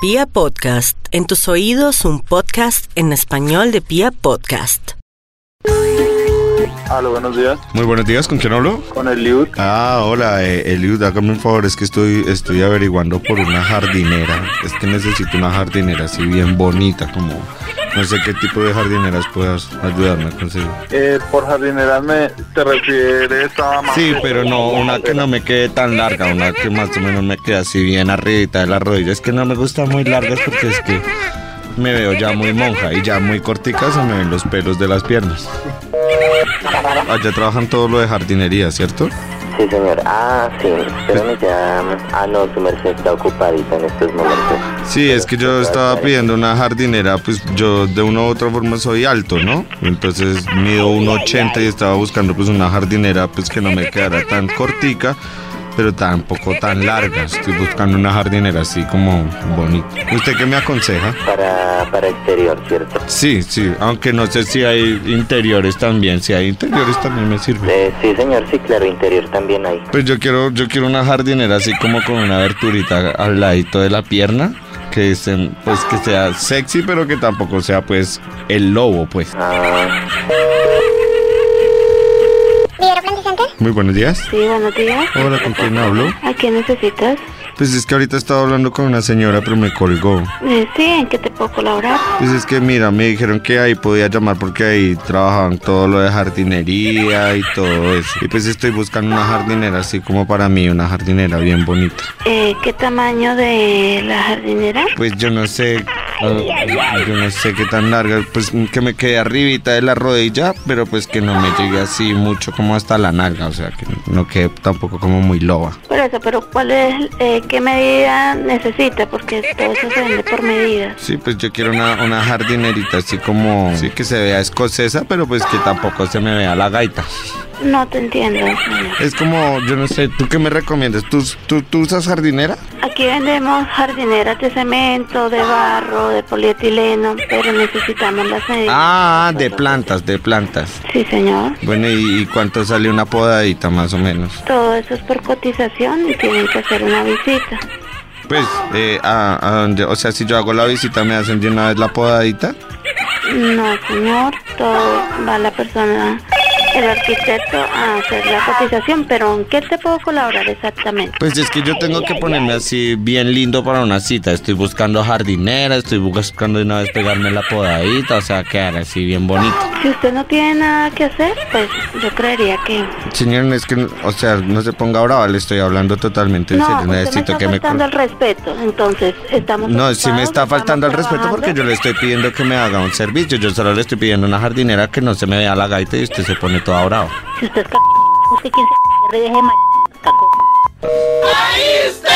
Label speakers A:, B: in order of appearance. A: Pia Podcast, en tus oídos un podcast en español de Pia Podcast.
B: Aló, buenos días.
C: Muy buenos días, ¿con quién hablo?
B: Con el Liud.
C: Ah, hola, eh, Eliud, hágame un favor, es que estoy, estoy averiguando por una jardinera. Es que necesito una jardinera así bien bonita, como no sé qué tipo de jardineras puedas ayudarme a conseguir.
B: Eh, por jardinera me, te refieres a...
C: Sí, pero no, una que no me quede tan larga, una que más o menos me quede así bien arribita de las rodillas. Es que no me gustan muy largas porque es que me veo ya muy monja y ya muy cortica se me ven los pelos de las piernas. Allá trabajan todo lo de jardinería, ¿cierto?
D: Sí, señor. Ah, sí. Espérame ya. Ah, no, su merced está ocupadita en estos momentos.
C: Sí, es que yo estaba pidiendo una jardinera, pues yo de una u otra forma soy alto, ¿no? Entonces mido 1,80 y estaba buscando pues una jardinera pues que no me quedara tan cortica, pero tampoco tan larga. Estoy buscando una jardinera así como bonita. ¿Usted qué me aconseja?
D: Para, para exterior, ¿cierto?
C: Sí, sí, aunque no sé si hay interiores también, si hay interiores también me sirve.
D: Eh, sí, señor. Sí, claro. Interior también hay.
C: Pues yo quiero, yo quiero una jardinera así como con una aberturita al ladito de la pierna. Que se- pues que sea sexy, pero que tampoco sea pues el lobo, pues.
D: Ah,
E: ¿Vivero Center?
C: Muy buenos días.
E: Sí, buenos días.
C: Hola, ¿con quién hablo?
E: ¿A qué necesitas?
C: Pues es que ahorita estaba hablando con una señora, pero me colgó.
E: Eh, sí, ¿en qué te puedo colaborar?
C: Pues es que mira, me dijeron que ahí podía llamar porque ahí trabajaban todo lo de jardinería y todo eso. Y pues estoy buscando una jardinera así como para mí, una jardinera bien bonita.
E: Eh, ¿Qué tamaño de la jardinera?
C: Pues yo no sé, ah, yo no sé qué tan larga, pues que me quede arribita de la rodilla, pero pues que no me llegue así mucho como hasta la nalga, o sea, que no quede tampoco como muy loba.
E: Por eso, pero ¿cuál es, eh, qué medida necesita? Porque todo eso se vende por medidas.
C: Sí, pues yo quiero una, una jardinerita así como... Sí, que se vea escocesa, pero pues que tampoco se me vea la gaita.
E: No te entiendo, señor.
C: Es como, yo no sé, ¿tú qué me recomiendas? ¿Tú, tú, tú usas jardinera?
E: Aquí vendemos jardineras de cemento, de barro, de polietileno, pero necesitamos las medidas.
C: Ah, de plantas, de plantas.
E: Sí, señor.
C: Bueno, ¿y, y cuánto sale una podadita más o menos?
E: Todo eso es por cotización y tienen que hacer una visita.
C: Pues, eh, a, a donde- o sea, si yo hago la visita, ¿me hacen de una vez la podadita?
E: No, señor, todo va la persona, el arquitecto a hacer la cotización, pero ¿en qué te puedo colaborar exactamente?
C: Pues es que yo tengo que ponerme así bien lindo para una cita. Estoy buscando jardinera, estoy buscando de una vez pegarme la podadita, o sea, quedar así bien bonito.
E: Si usted no tiene nada que hacer, pues yo creería que...
C: Señor, es que, o sea, no se ponga brava, le estoy hablando totalmente en
E: No,
C: serio.
E: usted me está
C: Necesito que me.
E: faltando el respeto, entonces estamos...
C: No, si me
E: ocupados,
C: está faltando el
E: estamos
C: respeto porque yo
E: trabajando.
C: le estoy pidiendo que me haga un servicio. Yo solo le estoy pidiendo una jardinera que no se me vea la gaita y usted se pone toda brava.
F: Si usted es c... usted quien se c... y deje de m... c...